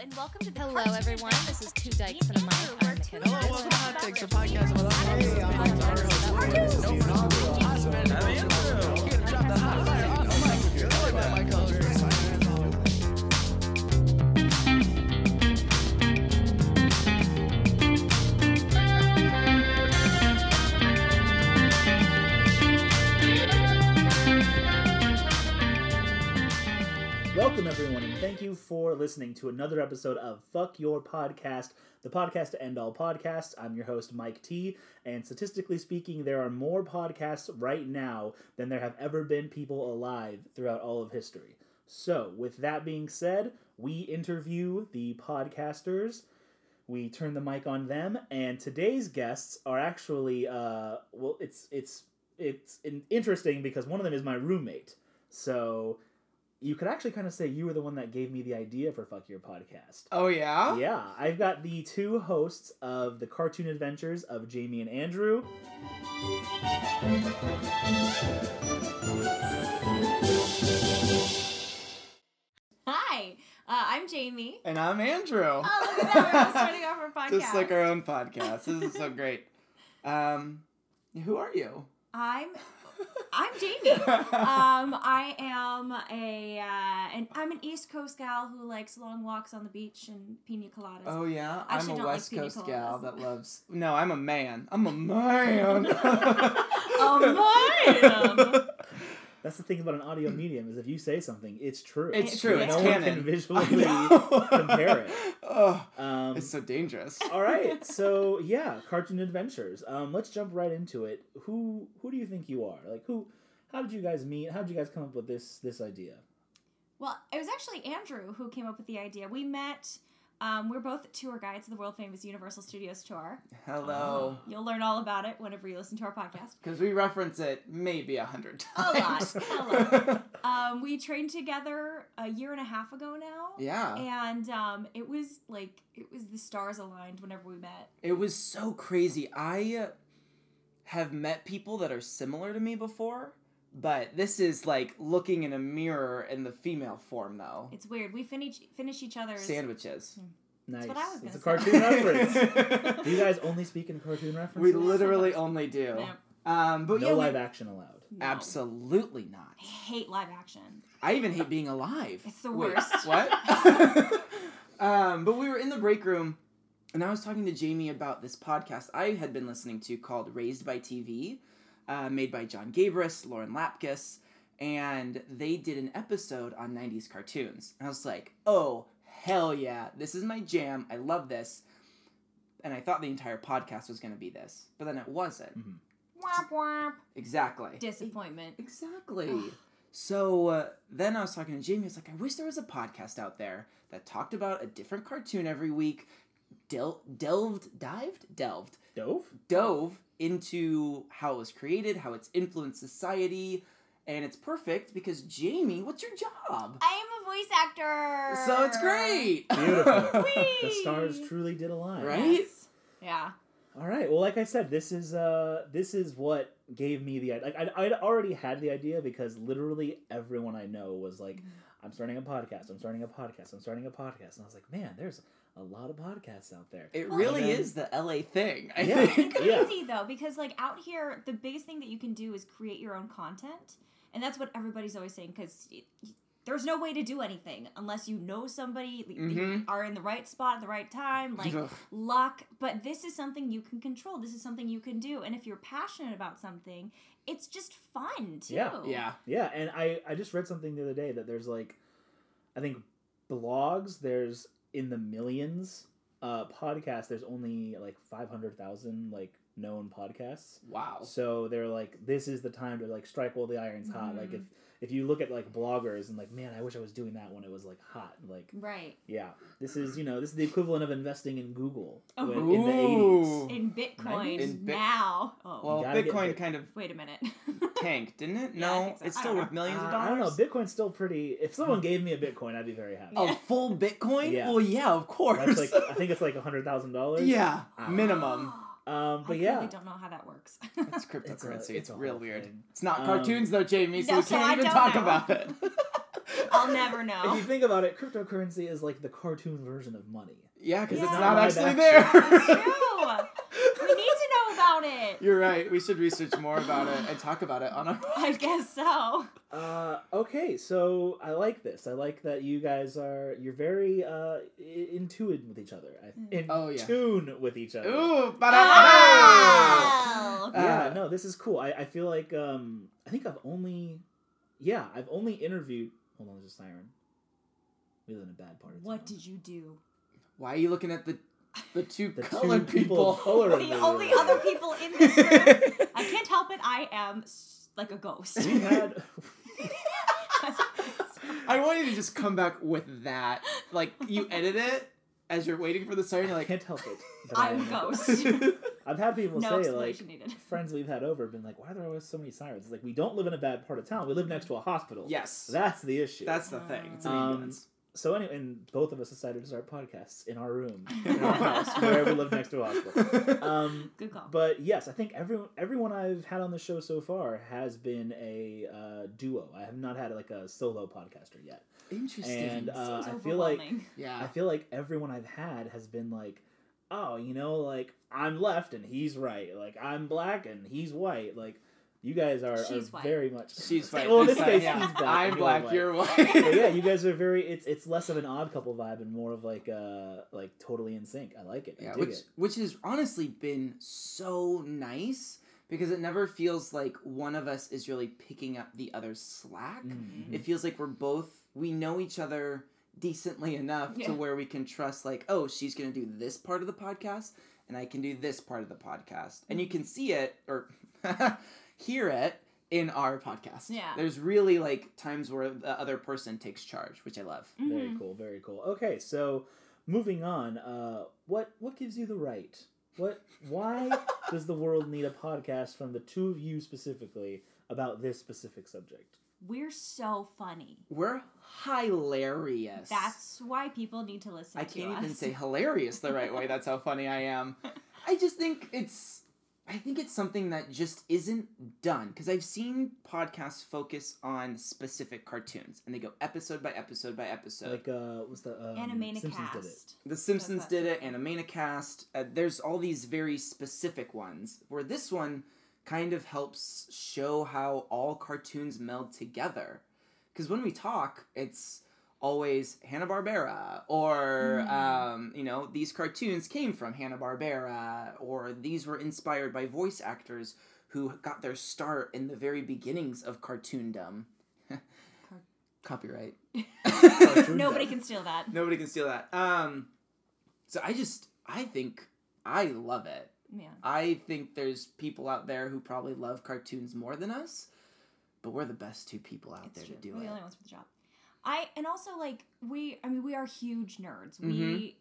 and welcome to the Hello, Cartoon everyone. Network This is Two podcast. Dykes and a Mic. Andrew, we're two I'm McKenna. Hello, friends welcome with to Hot members. Takes a podcast about all the things that make our host work. No one else will. Awesome, man. That is true. You gotta drop that hot fire off the mic. You're really my mic host. Welcome, everyone, and thank you for listening to another episode of Fuck Your Podcast, the podcast to end all podcasts. I'm your host, Mike T, and statistically speaking, there are more podcasts right now than there have ever been people alive throughout all of history. So, with that being said, we interview the podcasters. We turn the mic on them, and today's guests are actually uh, well, it's it's it's in- interesting because one of them is my roommate. So you could actually kind of say you were the one that gave me the idea for Fuck Your Podcast. Oh yeah? Yeah, I've got the two hosts of the cartoon adventures of Jamie and Andrew. Hi, uh, I'm Jamie. And I'm Andrew. Oh, look at that. We're just starting off our podcast. Just like our own podcast. This is so great. Um, who are you? I'm, I'm Jamie. um, I am a, uh, and I'm an East Coast gal who likes long walks on the beach and pina coladas. Oh yeah, I I'm actually a don't like West pina Coast gal coladas. that loves. No, I'm a man. I'm a man. Oh, A man. That's the thing about an audio medium is if you say something, it's true. It's Hmm. It's true. No It's one canon. can visually I know. compare it. Oh, Um, it's so dangerous. all right, so yeah, cartoon adventures. Um, let's jump right into it. Who who do you think you are? Like who? How did you guys meet? How did you guys come up with this this idea? Well, it was actually Andrew who came up with the idea. We met. Um, we're both tour guides of the world famous Universal Studios tour. Hello. You'll learn all about it whenever you listen to our podcast. Because we reference it maybe a hundred A lot, times. a lot. Um, we trained together a year and a half ago now. yeah. And um, it was like it was the stars aligned whenever we met. It was so crazy. I have met people that are similar to me before, but this is like looking in a mirror in the female form, though. It's weird. We finish finish each other's. Sandwiches. Nice. what I was it's a gonna say. cartoon reference. Do you guys only speak in cartoon references? we literally only do. Yeah. Um, but no yeah, we- live action allowed. No. absolutely not. I hate live action. I even hate being alive. It's the Wait, worst. what? um, but we were in the break room, and I was talking to Jamie about this podcast I had been listening to called Raised by TV, uh, made by John Gabris, Lauren Lapkus, and they did an episode on 90s cartoons. And I was like, oh, hell yeah, this is my jam. I love this. And I thought the entire podcast was going to be this, but then it wasn't. Mhm. Womp womp. Exactly. Disappointment. Exactly. Ugh. so uh, then I was talking to Jamie. I was like, I wish there was a podcast out there that talked about a different cartoon every week, del- delved, dived, delved, Dove? dove into how it was created, how it's influenced society. And it's perfect because Jamie, what's your job? I am a voice actor. So it's great. Beautiful. The Whee! stars truly did align. Right? Yes. Yeah. All right. Well, like I said, this is uh this is what gave me the idea. Like I'd, I'd already had the idea because literally everyone I know was like, "I'm starting a podcast. I'm starting a podcast. I'm starting a podcast." And I was like, "Man, there's a lot of podcasts out there." it Well, really and then- is the LA thing. I Yeah. think. It's Yeah. easy though because like out here, the biggest thing that you can do is create your own content, and that's what everybody's always saying because. There's no way to do anything unless you know somebody, that you Mhm. are in the right spot at the right time, like Ugh. luck. But this is something you can control. This is something you can do. And if you're passionate about something, it's just fun too. Yeah. yeah. Yeah, and I I just read something the other day that there's like, I think blogs there's in the millions. Uh, podcasts there's only like five hundred thousand like known podcasts. Wow. So they're like, this is the time to like strike while the iron's hot. Mm-hmm. Like if Mhm. if you look at like bloggers and like, man, I wish I was doing that when it was like hot. Like Right. yeah, this is you know this is the equivalent of investing in Google Oh. when- in the eighties. Ooh. In Bitcoin In Bit- now. Oh, Well, gotta get Bitcoin big. kind of wait a minute. tanked, didn't it? Yeah, I No, think so. it's I still don't worth know. millions of Uh, I dollars. don't know. Bitcoin's still pretty. If someone gave me a Bitcoin, I'd be very happy. Yeah. A full Bitcoin? Yeah. Well, yeah, of course. That's like Ah, I think it's like a hundred thousand dollars. yeah, minimum. Um, I but yeah, clearly don't know how that works. It's it's cryptocurrency. It's, a real whole weird. thing. It's not Um, cartoons though, Jamie, so No, we so can't I even don't talk know. about it. I'll never If you know. think about it, cryptocurrency is it's cartoon version of money. Yeah, because it's Yeah. not Live actually That's there. true. We need to know about it. You're right. We should research more about it and talk about it on our. I guess so. Uh, okay, so I like this. I like that you guys are you're very uh, i- in tune with each other. Hmm. I- In Oh, yeah. tune with each other. Ooh, ba-da-ba-da! Oh! yeah Uh, no this is cool I, I feel like um i think i've only yeah i've only interviewed hold on there's a siren we live in a bad part of What town. did you do? Why are you looking at the the two the colored two people, people? of color in The the only room. other people in this room. I can't help it. I am s- like a ghost. we had I want you to just come back with that. Like you edit it as you're waiting for the siren. You're i like, can't help it but I I'm am a ghost. yeah, i've had people No say like explanation needed. friends we've had over have been like why are there always so many sirens it's like we don't live in a bad part of town we live next to a hospital yes, that's the issue that's the thing. It's an Um, ambulance. so anyway and both of us decided to start podcasts in our room in our house where we Good live next to a hospital um call. But yes, I think everyone everyone I've had on the show so far has been a uh, duo. I have not had like a solo podcaster yet, Interesting. and uh, Seems I feel like overwhelming. yeah, I feel like everyone I've had has been like, oh, you know, like I'm left and he's right, like I'm black and he's white, like you guys are, are She's white. very much she's white. Well, in this this time, case, yeah. he's black. I'm and black. You're white. But yeah, you guys are very. It's it's less of an odd couple vibe and more of like uh like totally in sync. I like it. I Yeah, dig which it. which has honestly been so nice because it never feels like one of us is really picking up the other's slack. Mhm. It feels like we're both we know each other decently enough Yeah. to where we can trust like, oh, she's going to do this part of the podcast and I can do this part of the podcast. And you can see it or hear it in our podcast. Yeah. There's really like times where the other person takes charge, which I love. Very cool, very cool. Okay, so moving on, uh, what what gives you the right? What why does the world need a podcast from the two of you specifically about this specific subject? We're so funny. We're hilarious. That's why people need to listen I to can't us. even say hilarious the right way. That's how funny I am. I just think it's I think it's something that just isn't done because I've seen podcasts focus on specific cartoons and they go episode by episode by episode. Like uh what's the um, Animaniacast. Simpsons did it. the Simpsons That's did it, Animanacast. Uh, there's all these very specific ones where this one kind of helps show how all cartoons meld together. Because when we talk, it's always Hanna Barbera, or Mm. um, you know, these cartoons came from Hanna Barbera, or these were inspired by voice actors who got their start in the very beginnings of cartoondom. Copyright. Cartoon Nobody dub. can steal that. Nobody can steal that. Um, so I just I think I love it. Yeah. I think there's people out there who probably love cartoons more than us, but we're the best two people out It's there true. to do We're it. the only ones for the job. I and also like we I mean we are huge nerds. Mm-hmm. We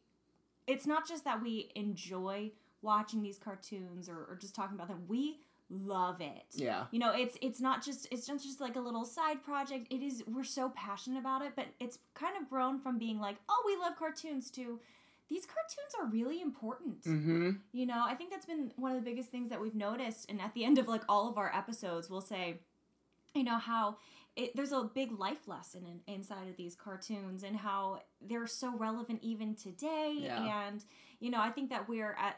it's not just that we enjoy watching these cartoons or, or just talking about them. We love it. Yeah, You know, it's it's not just it's not just like a little side project. It is we're so passionate about it, but it's kind of grown from being like, "Oh, we love cartoons" to these cartoons are really important. mm-hmm. You know, I think that's been one of the biggest things that we've noticed. And at the end of like all of our episodes, we'll say, you know, how it, there's a big life lesson in, inside of these cartoons and how they're so relevant even today. Yeah. And, you know, I think that we're at,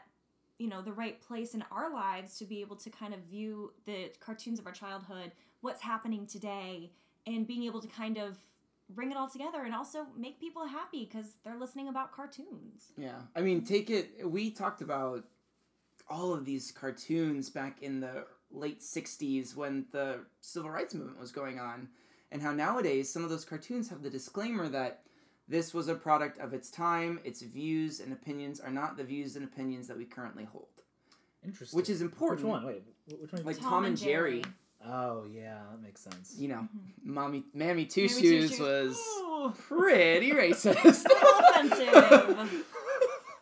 you know, the right place in our lives to be able to kind of view the cartoons of our childhood, what's happening today, and being able to kind of bring it all together and also make people happy because they're listening about cartoons. yeah. I mean, take it. We talked about all of these cartoons back in the late '60s when the civil rights movement was going on, and how nowadays some of those cartoons have the disclaimer that this was a product of its time. Its views and opinions are not the views and opinions that we currently hold. Interesting. which is important. Which one? Wait, wh- which one? Like Tom, and Jerry, oh yeah, that makes sense. you know, mommy, mammy two Mammy Two shoes Shoes. was Ooh. pretty racist. Offensive.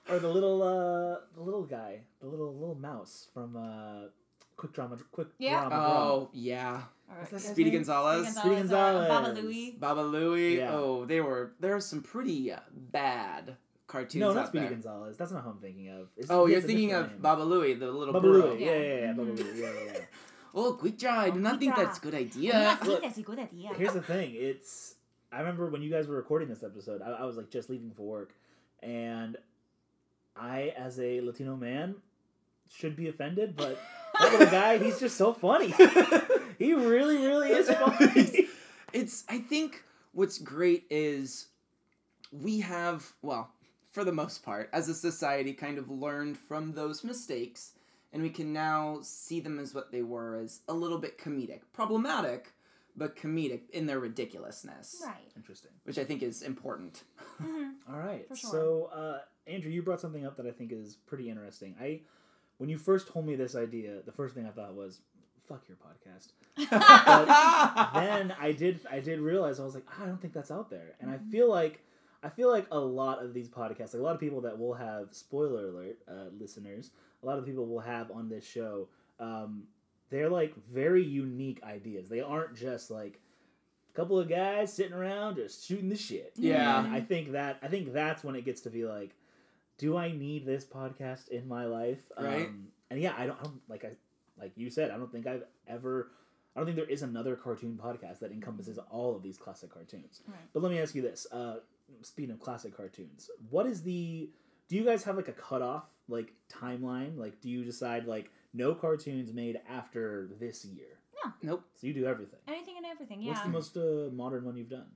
Or the little uh the little guy, the little little mouse from uh Quick Drama Quick Yeah. Drama Brawl. oh yeah, All right. What's that Speedy Speedy Gonzalez, Speedy Gonzalez. Gonzalez, uh, Baba Louie. Baba Louie. Yeah. Oh, they were there are some pretty uh, bad cartoons. No, out not Speedy there. Gonzalez. That's not who I'm thinking of. It's- Oh, he you're has a thinking different of name. Baba Louie, the little Baba girl. Louie, yeah, yeah, yeah, Baba Mhm. Louie, yeah, yeah, yeah. Oh, quick job! I do Oh, not think quick that's a job. good Yeah, I idea. think that's a good idea. Here's the thing, it's I remember when you guys were recording this episode, I, I was like just leaving for work, and I, as a Latino man, should be offended, but that little guy, he's just so funny. he really, really is funny. it's i think what's great is we have well for the most part as a society kind of learned from those mistakes and we can now see them as what they were as a little bit comedic problematic but comedic in their ridiculousness Right. Interesting. which i think is important Mhm. All right. For sure. So, uh, Andrew, you brought something up that I think is pretty interesting. I, when you first told me this idea, the first thing I thought was, "Fuck your podcast." then I did I did realize I was like "Ah, I don't think that's out there, and Mm-hmm. I feel like I feel like a lot of these podcasts, like a lot of people that will have spoiler alert uh, listeners, a lot of people will have on this show. Um, they're like very unique ideas. They aren't just like a couple of guys sitting around just shooting the shit. Yeah. And I think that I think that's when it gets to be like, do I need this podcast in my life? Right. Um, and yeah, I don't, I don't like I like you said. I don't think I've ever. I don't think there is another cartoon podcast that encompasses all of these classic cartoons. Right. But let me ask you this: uh, speaking of classic cartoons, what is the? Do you guys have like a cutoff like timeline? Like, do you decide like no cartoons made after this year? nope So you do everything. Anything and everything. What's Yeah. the most uh, modern one you've done?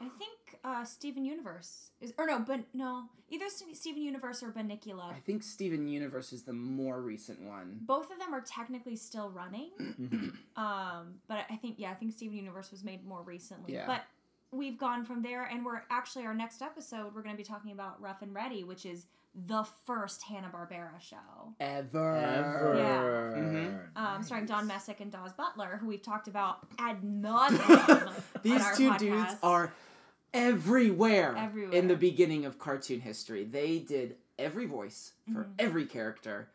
I think uh, Steven Universe is, or no, but no, either Ste- Steven Universe or Benicula. i think steven universe is the more recent one Both of them are technically still running. Mhm. Um, but I think yeah, I think Steven Universe was made more recently. Yeah. But we've gone from there, and we're actually our next episode. We're going to be talking about Rough and Ready, which is the first Hanna Barbera show, ever Ever. Yeah. Mhm. um, starring Don Nice. Messick and Dawes Butler, who we've talked about ad nauseum. These on our two podcast. dudes are everywhere, Everywhere. in the beginning of cartoon history. They did every voice for Mhm. every character,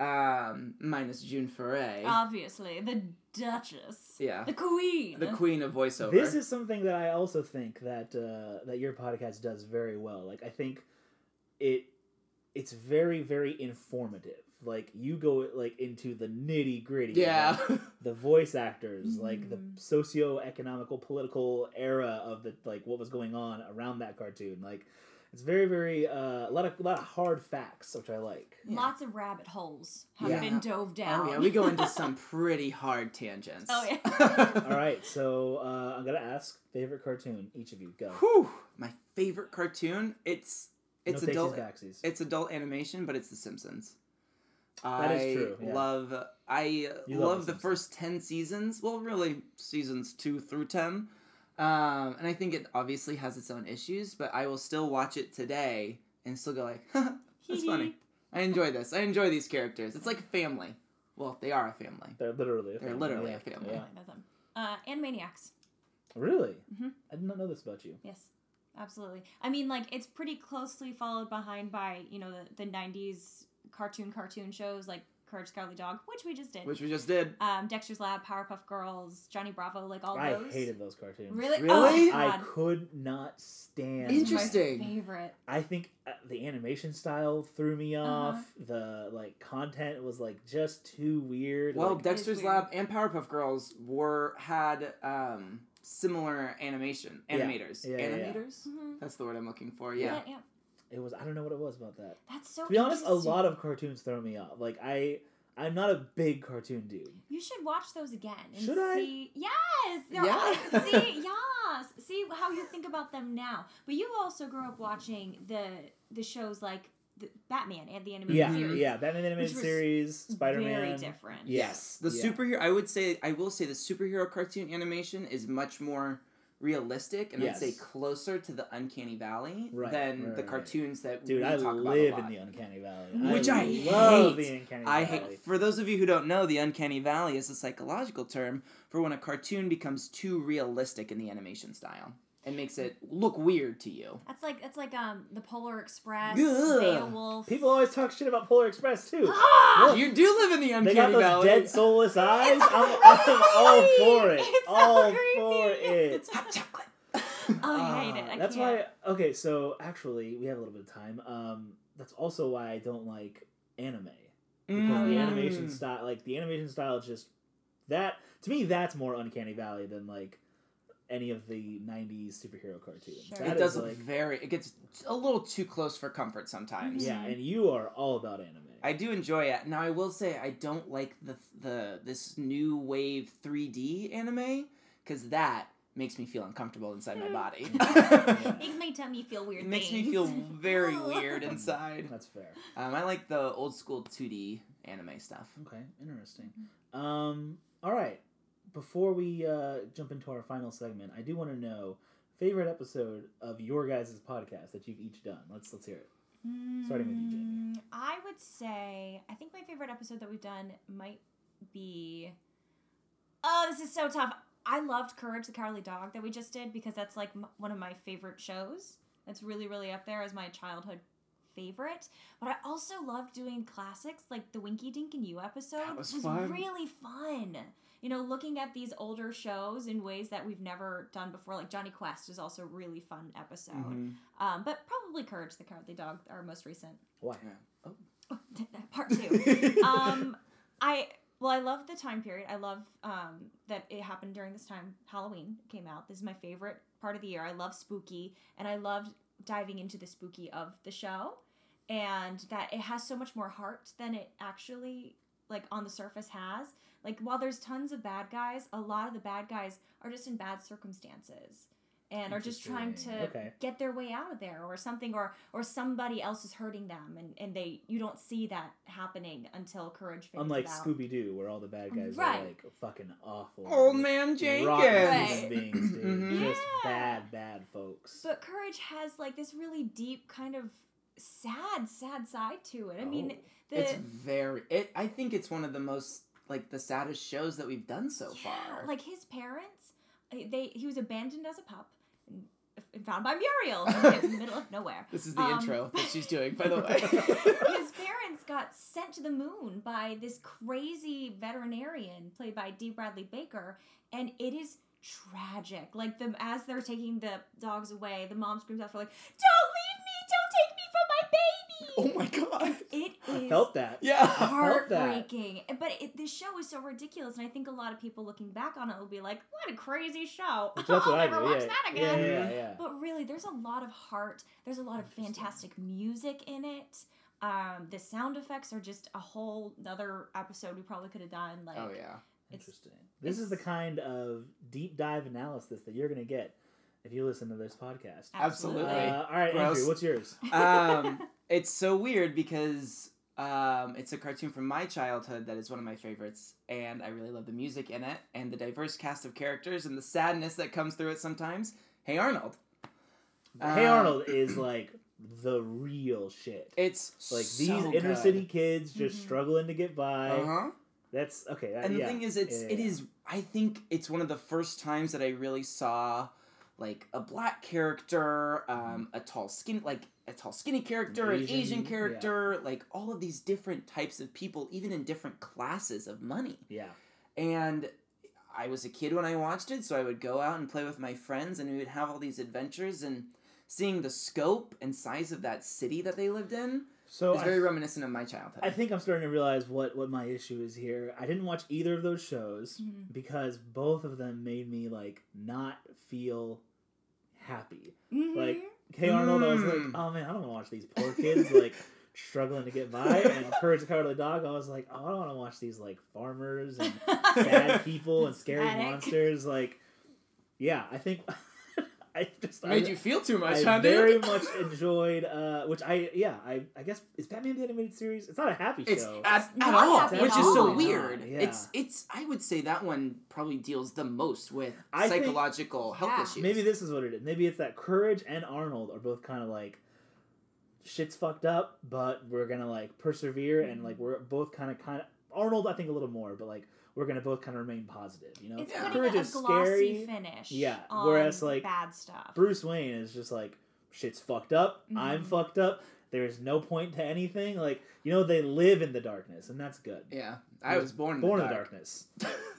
um, minus June Foray. obviously the Duchess, yeah, Um, the Queen, the queen of voiceover. This is something that I also think that uh, that your podcast does very well. Like I think it it's very very informative. Like you go like into the nitty gritty. yeah, the voice actors, like the Mhm. socio-economical political era of the like what was going on around that cartoon. Like it's very very uh, a lot of a lot of hard facts, which I like. Yeah. Lots of rabbit holes have Yeah. been dove down. oh yeah, we go into some pretty hard tangents. Oh, yeah. All right, so uh, I'm gonna ask favorite cartoon. Each of you go. Whew, my favorite cartoon. It's it's no takesies, adult. backsies. It's adult animation, but it's The Simpsons. That is true, I yeah. love. I You love, love the The first ten seasons. Well, really, seasons two through ten. Um, and I think it obviously has its own issues, but I will still watch it today and still go like, "That's funny." I enjoy this. I enjoy these characters. It's like a family. Well, they are a family. They're literally a They're family, literally yeah. a family. Yeah. I know them. Uh, and Maniacs. Really? Mhm. I did not know this about you. Yes, absolutely. I mean, like it's pretty closely followed behind by you know the, the '90s cartoon cartoon shows like Courage the Cowardly Dog, which we just did. Which we just did. um, Dexter's Lab, Powerpuff Girls, Johnny Bravo, like all I those. hated those cartoons. Really? Really? Oh, my I God. could not stand. It's my Interesting. favorite. I think uh, the animation style threw me off. The like content was like just too weird. Well, like, Dexter's weird. Lab and Powerpuff Girls were had um, similar animation Yeah. animators. Yeah, yeah, yeah. animators. Mhm. That's the word I'm looking for. Yeah. Yeah. yeah, it was I don't know what it was about that. that's so. To be honest, a interesting. lot of cartoons throw me off. Like I, I'm not a big cartoon dude. You should watch those again. And Should I? see... Yes. they're Yeah. all- see, yes. See how you think about them now. But you also grew up watching the the shows like the Batman and the animated Yeah, series. yeah. Batman animated Mm-hmm. was series, Spider Very Man. different. Yeah. Yes, the Yeah. superhero. I would say I will say the superhero cartoon animation is much more realistic and Yes. I'd say closer to the Uncanny Valley Right, than right, the right. cartoons that Dude, we I talk live about a in lot. the Uncanny Valley. Which I love hate. the Uncanny Valley. I hate. For those of you who don't know, the Uncanny Valley is a psychological term for when a cartoon becomes too realistic in the animation style and makes it look weird to you. That's like that's like um the Polar Express, Ugh. Beowulf. People always talk shit about Polar Express too. Ah! Look, You do live in the They Uncanny got those Valley. dead soulless eyes. It's I'm, I'm all creepy! for it. It's so all creepy. for it. Hot chocolate. Oh, I hate Ah, it. I that's can't. why. Okay, so actually, we have a little bit of time. Um, that's also why I don't like anime because the Mm. animation style, like the animation style, is just that to me, that's more uncanny valley than like any of the 90s superhero cartoons. Sure. That it is, does look like- very. It gets a little too close for comfort sometimes. Yeah, and you are all about anime. I do enjoy it. Now I will say I don't like the the this new wave 3D anime because that makes me feel uncomfortable inside Hmm. my body. Mm. Yeah. Makes my tummy feel weird. it makes me things. feel very Ugh. weird inside. That's fair. Um, I like the old school 2D anime stuff. Okay, interesting. Mm-hmm. Um, all right. Before we uh, jump into our final segment, I do want to know favorite episode of your guys' podcast that you've each done. Let's let's hear it. Starting with you, Jamie. Mm, I would say I think my favorite episode that we've done might be. Oh, this is so tough. I loved Courage the Cowardly Dog that we just did because that's like m- one of my favorite shows. That's really really up there as my childhood favorite. But I also loved doing classics like the Winky Dink and You episode. That was fun. really fun. You know, looking at these older shows in ways that we've never done before. Like Johnny Quest is also a really fun episode. Mhm. Um, but probably Courage the Cowardly Dog, our most recent Why? part two. Um, I well, I love the time period. I love um, that it happened during this time. Halloween came out. This is my favorite part of the year. I love spooky, and I loved diving into the spooky of the show, and that it has so much more heart than it actually like on the surface has. Like while there's tons of bad guys, a lot of the bad guys are just in bad circumstances and are just trying to Interesting. Okay. get their way out of there or something or or somebody else is hurting them and and they you don't see that happening until courage figures Unlike it out. Um, Scooby Doo, where all the bad guys are Right. like fucking awful, Old man Jenkins. rotten Right. human beings, dude. Mhm. Just Yeah. bad, bad folks. but courage has like this really deep kind of sad sad side to it i mean Oh. the it's very. It. I think it's one of the most like the saddest shows that we've done so yeah, far. like his parents uh, they he was abandoned as a pup and and found by muriel in the middle of nowhere this is the um, intro that she's doing, by the way. his parents got sent to the moon by this crazy veterinarian played by D. Bradley Baker, and it is tragic. Like the as they're taking the dogs away, the mom screams out for like, "Don't oh leave me! Don't my take god. me from my I baby!" It is felt that. Yeah. felt that. heartbreaking. But it, this show is so ridiculous, and I think a lot of people looking back on it will be like, "What a crazy show! That's what I'll I do. never watch yeah. that yeah, again." yeah, yeah. But really, there's a lot of heart. There's a lot of Interesting. fantastic music in it. Um, the sound effects are just a whole other episode we probably could have done. Like, Oh yeah. It's- Interesting. This is the it's- kind of deep dive analysis that you're going to get if you listen to this podcast. Absolutely. Uh, all right, Andrew, Gross. what's yours? um, it's so weird because um, it's a cartoon from my childhood that is one of my favorites, and I really love the music in it and the diverse cast of characters and the sadness that comes through it sometimes. Hey Arnold, hey Um, Arnold is like the real shit. it's Like so these inner good. city kids just Mhm. struggling to get by. Uh-huh. That's okay. That, And the yeah. thing is, it's Yeah, it yeah. is. I think it's one of the first times that I really saw like a black character, um, a tall skin, like a tall skinny character, an Asian, Mm-hmm. Asian, yeah. character, like all of these different types of people, even in different classes of money. yeah. and I was a kid when I watched it, so I would go out and play with my friends, and we would have all these adventures. And seeing the scope and size of that city that they lived in So is I, very reminiscent of my childhood. I think I'm starting to realize what what my issue is here. I didn't watch either of those shows Mhm. because both of them made me like not feel happy. Mhm. Like Hey Arnold, I was Mm. like, oh man, I don't want to watch these poor kids like struggling to get by. And Courage the Cowardly Dog, I was like, oh, I don't want to watch these like farmers and sad people and scary Pathetic. monsters. Like, yeah, I think I just made I, you feel too much, I huh, dude? very much enjoyed, uh, which I yeah, I I guess is Batman the animated series. It's not a happy It's show. at, It's at not all, happy at which is so all. weird. Yeah. It's it's. I would say that one probably deals the most with I think- psychological health Yeah. issues. Maybe this is what it is. Maybe it's that Courage and Arnold are both kind of like shit's fucked up, but we're gonna like persevere and like we're both kind of kind of Arnold. I think a little more, but like we're gonna both kind of remain positive. You know, it's Yeah. putting a glossy finish. Yeah, on whereas, like, bad stuff. Bruce Wayne is just like shit's fucked up. I'm Mhm. fucked up. There's no point to anything. Like you know, they live in the darkness, and that's good. Yeah, I was born in Born the in the dark. darkness,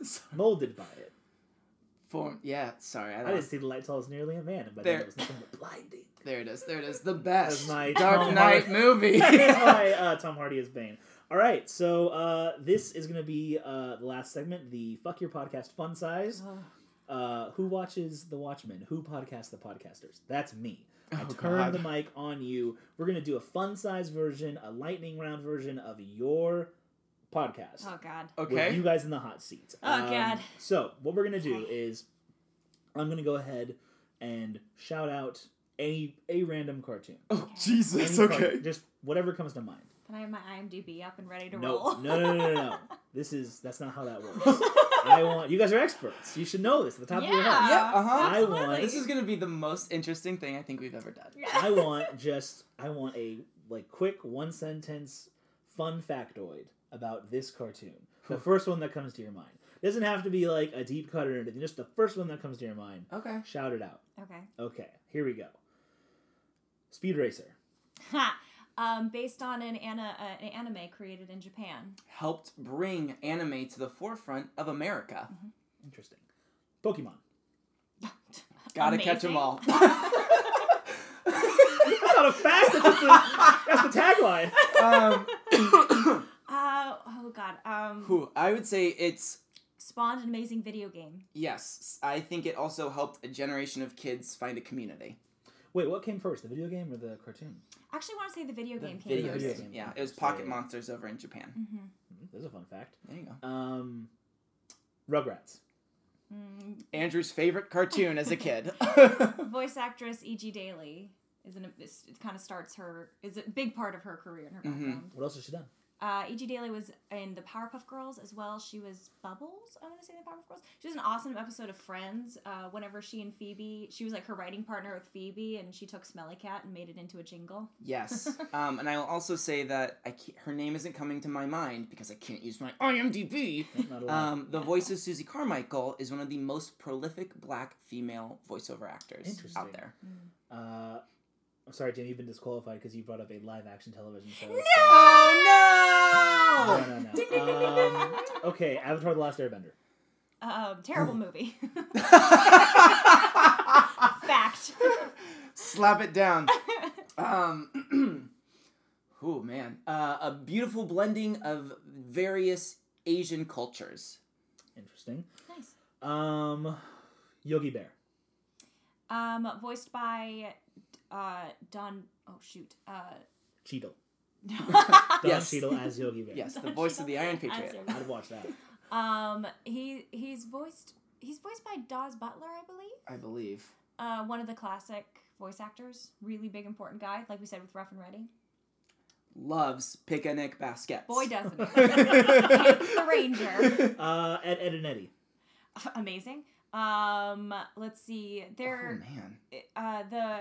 So- molded by it. Born. Yeah, sorry, I, I didn't lost. see the light till I was nearly a man, but There- there was nothing but blinding. There it is. There it is. The best my Dark Tom Knight Hardy- movie. That's why uh, Tom Hardy is Bane. All right, so uh, this is going to be uh, the last segment, the Fuck Your Podcast Fun Size. Ugh. uh, who watches The Watchmen? Who podcasts The Podcasters? That's me. I Oh, turn God. the mic on you. We're going to do a fun size version, a lightning round version of your podcast. Oh God. With you Okay. guys in the hot seat. Um, Oh, God. So, what we're going to do Okay. is I'm going to go ahead and shout out any a random cartoon. Oh Jesus. Any cart- Okay. just whatever comes to mind. Then I have my IMDb up and ready to No, roll. no, no, no, no, no. This is that's not how that works. I want you guys are experts. You should know this at the top of your head. Yeah. Yeah. Uh huh. I want- Absolutely. This is gonna be the most interesting thing I think we've ever done. Yeah. I want just I want a like quick one sentence fun factoid about this cartoon. The first one that comes to your mind. doesn't have to be like a deep cut or anything. Just the first one that comes to your mind. Okay. Shout it out. Okay. Okay, here we go. Speed Racer. Ha. Um, based on an, ana- uh, an anime created in Japan. Helped bring anime to the forefront of America. Interesting. Pokemon. Gotta 'em catch Amazing. them all. That's not a fact. That's, just the, that's the tagline. um, Uh, oh God. Um, whew, I would say it's spawned an amazing video game. yes. I think it also helped a generation of kids find a community. Wait, what came first, the video game or the cartoon? I actually want to say the video game. came Video first. video game. game. Yeah, it was Pocket Yeah. Monsters over in Japan. Mhm. Hmm, There's a fun fact. There you go. Um, Rugrats. Mm. Andrew's favorite cartoon as a kid. Voice actress E.G. Daly is an. This kind of starts her. Is a big part of her career and her Mhm. background. What else has she done? Uh, E.G. Daly was in the Powerpuff Girls as well. She was Bubbles. I want to say the Powerpuff Girls. She was an awesome episode of Friends. Uh, whenever she and Phoebe, she was like her writing partner with Phoebe, and she took Smelly Cat and made it into a jingle. yes. Um, and I will also say that I can't, her name isn't coming to my mind because I can't use my IMDb. Not a lot. Um, the voice of Susie Carmichael is one of the most prolific black female voiceover actors Interesting. out there. uh, I'm sorry, Jim. You've been disqualified because you brought up a live action television show. Oh No, no, no. Um, okay, Avatar: The Last Airbender. Um, Hmm. terrible movie. Fact. Slap it down. Um, oh man, uh, a beautiful blending of various Asian cultures. Interesting. nice. Um, Yogi Bear. Um, voiced by uh, Don. Oh shoot. Uh, Cheetle. Don Yes. Cheadle as Yogi Bear. Yes, the voice of the Iron Patriot. Answer. I'd watch that. Um, he he's voiced he's voiced by Dawes Butler, I believe. I believe. Uh, one of the classic voice actors, really big important guy, like we said with Rough and Ready. Loves picnic baskets. Boy doesn't he. Hates the Ranger. Uh, Ed, Ed and Eddie. Amazing. Um, let's see. Oh There, man. uh, the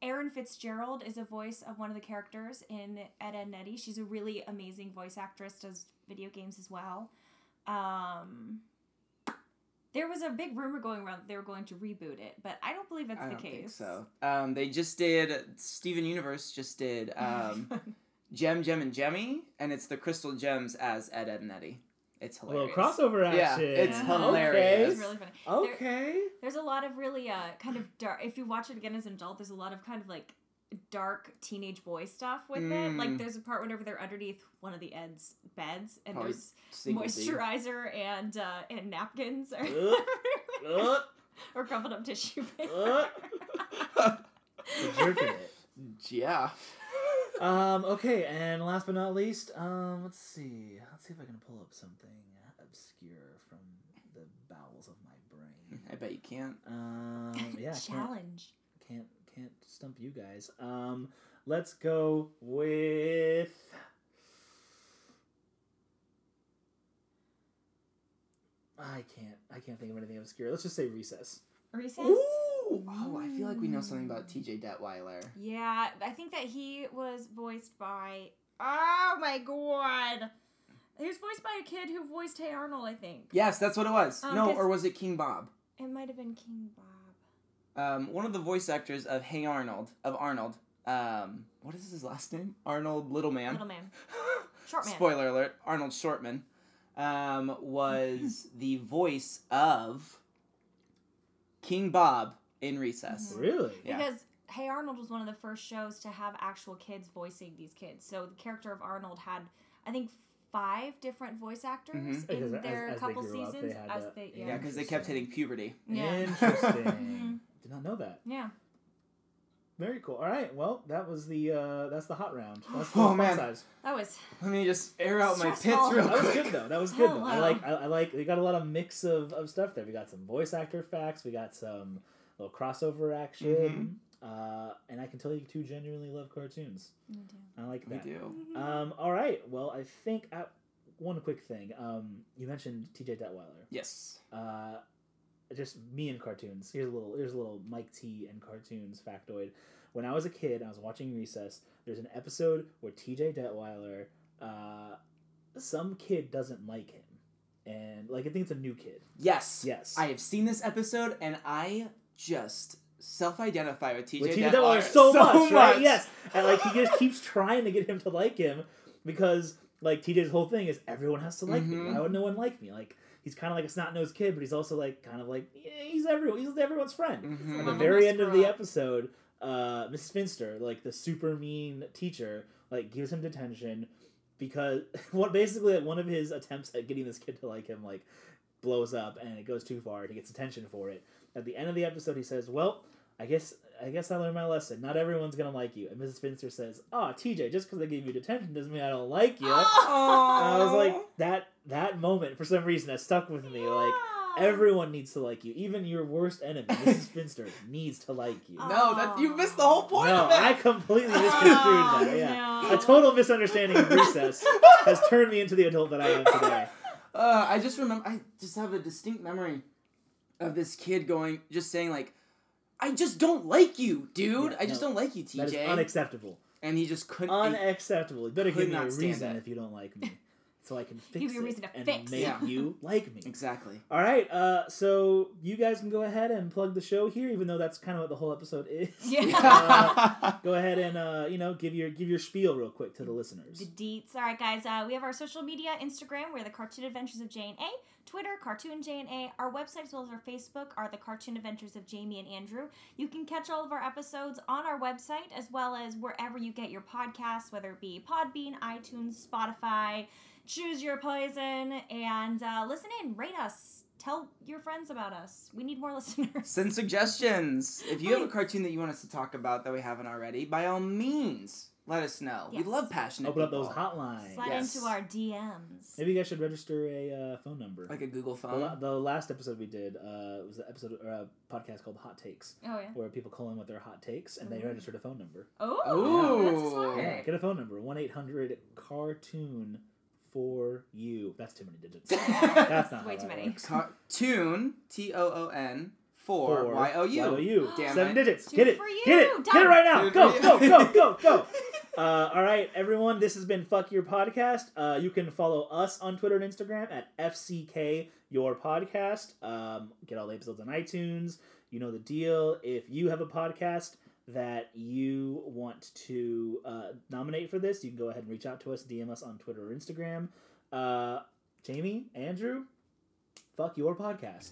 Aaron Fitzgerald is a voice of one of the characters in Ed, Ed, Nettie. She's a really amazing voice actress, does video games as well. Um, there was a big rumor going around that they were going to reboot it, but I don't believe that's I the don't case. think so. Um, they just did. Steven Universe just did um, Gem, Gem, and Jemmy, and it's the Crystal Gems as Ed, Ed, and Eddie. It's A little hilarious. crossover Yeah, action. it's Yeah. hilarious. It's really funny. There- Okay. okay. There's a lot of really uh, kind of dark. If you watch it again as an adult, there's a lot of kind of like dark teenage boy stuff with it. Mm. Like there's a part whenever they're underneath one of the Ed's beds, and Probably there's Single D. moisturizer and uh, and napkins or, Ugh. Uh, or crumpled up tissue paper. uh. You're jerking it. yeah. Um, okay, and last but not least, um, let's see. Let's see if I can pull up something obscure from the bowels of my brain. I bet you can't. Um, yeah, I can't, Challenge. can't can't stump you guys. Um, let's go with I can't I can't think of anything obscure. Let's just say recess. Recess. Ooh. Oh, I feel like we know something about TJ Detweiler. Yeah, I think that he was voiced by. Oh my god. He was voiced by a kid who voiced Hey Arnold, I think. Yes, that's what it was. Um, no, 'cause- or was it King Bob? It might have been King Bob. Um, one of the voice actors of Hey Arnold of Arnold. Um, what is his last name? Arnold Littleman. Little man. Short man. Spoiler alert: Arnold Shortman um, was the voice of King Bob in Recess. Really? Yeah. Because Hey Arnold was one of the first shows to have actual kids voicing these kids. So the character of Arnold had, I think, five different voice actors Mhm. Because in as- their as they couple grew up, they seasons had as that- they yeah. Yeah, yeah because they kept hitting puberty. yeah yeah, Interesting. Did not know that. yeah. Very cool. All right. Well, that was the uh, that's the hot round. That's the Oh, fun man. size. that was Let me just air out my pits Stressful. real That was quick. good though. That was good. Though. I Hello. like. I, I like. We got a lot of mix of, of stuff there. We got some voice actor facts. We got some little crossover action. Mm-hmm. Uh, and I can tell you two genuinely love cartoons. I like We that. do. Um, all right. Well, I think I, one quick thing. Um, you mentioned T.J. Detweiler. Yes. Uh, just me and cartoons. Here's a little. Here's a little Mike T and cartoons factoid. When I was a kid, and I was watching Recess. There's an episode where T.J. Detweiler, uh, some kid doesn't like him, and like I think it's a new kid. Yes. Yes. I have seen this episode and I just self identify with TJ with T.J. Detweiler Detweiler so, much, right? Yes, and like he just keeps trying to get him to like him because like TJ's whole thing is everyone has to like me. Mhm. Why would no one like me? Like he's kind of like a snot nosed kid, but he's also like kind of like yeah, he's everyone. He's everyone's friend. Mhm. At Mm-hmm. the Mama very must end of grow the up. episode, uh, Mrs. Finster, like the super mean teacher, like gives him detention because what basically like, one of his attempts at getting this kid to like him like blows up and it goes too far and he gets attention for it. At the end of the episode, he says, "Well, I guess I guess I learned my lesson. Not everyone's gonna like you." And Mrs. Finster says, "Ah, TJ, just because I gave you detention doesn't mean I don't like you." And I was Oh. like, that that moment for some reason that stuck with me. Like Yeah. Everyone needs to like you. Even your worst enemy, Mrs. Finster, needs to like you. Oh, No, that you missed the whole point no, of it. I completely misconstrued Oh, that. Yeah. no. A total misunderstanding of recess has turned me into the adult that I am today. Uh, I just remember. I just have a distinct memory of this kid going, just saying like, "I just don't like you, dude. Yeah, I just no. don't like you, That is TJ." unacceptable. and he just couldn't. he- Unacceptable. You better could give me not a stand reason it. if you don't like me. So I can fix Give you a it reason to and fix. make Yeah. you like me. exactly. All right, uh, so you guys can go ahead and plug the show here, even though that's kind of what the whole episode is. Yeah. Uh, go ahead and uh, you know give your give your spiel real quick to the listeners. The deets. All right, guys. Uh, we have our social media: Instagram, we're the Cartoon Adventures of J and A. Twitter, Cartoon J and A. Our website, as well as our Facebook, are the Cartoon Adventures of Jamie and Andrew. You can catch all of our episodes on our website, as well as wherever you get your podcasts, whether it be Podbean, iTunes, Spotify. Choose your poison and uh, listen in. Rate us. Tell your friends about us. We need more listeners. Send suggestions. If you have a Please. cartoon that you want us to talk about that we haven't already, by all means, let us know. Yes. We love passionate Open up people. those hotlines. Slide Yes. into our DMs. Maybe you guys should register a uh, phone number. like a Google the, la- phone. the last episode we did uh, was an episode or a podcast called Hot Takes, Oh yeah. where people call in with their hot takes and they Ooh. registered a phone number. Oh, Ooh. that's smart. Yeah. Yeah, get a phone number one eight hundred cartoon for you. That's too many digits. That's not Way how too that many. works. Cartoon T O O N for Four. Y O Why U. you? Damn Seven it. digits. Two Get it. for you. Get it. Get it Done. right now. Two Go, for go, you. go, go, go. Uh, all right, everyone. This has been Fuck Your Podcast. Uh, you can follow us on Twitter and Instagram at FCK Your Podcast. Um, get all the episodes on iTunes. You know the deal. If you have a podcast that you want to uh, nominate for this, you can go ahead and reach out to us, DM us on Twitter or Instagram. Uh, Jamie, Andrew, fuck your podcast.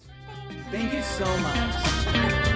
Thank you so much. Thank you.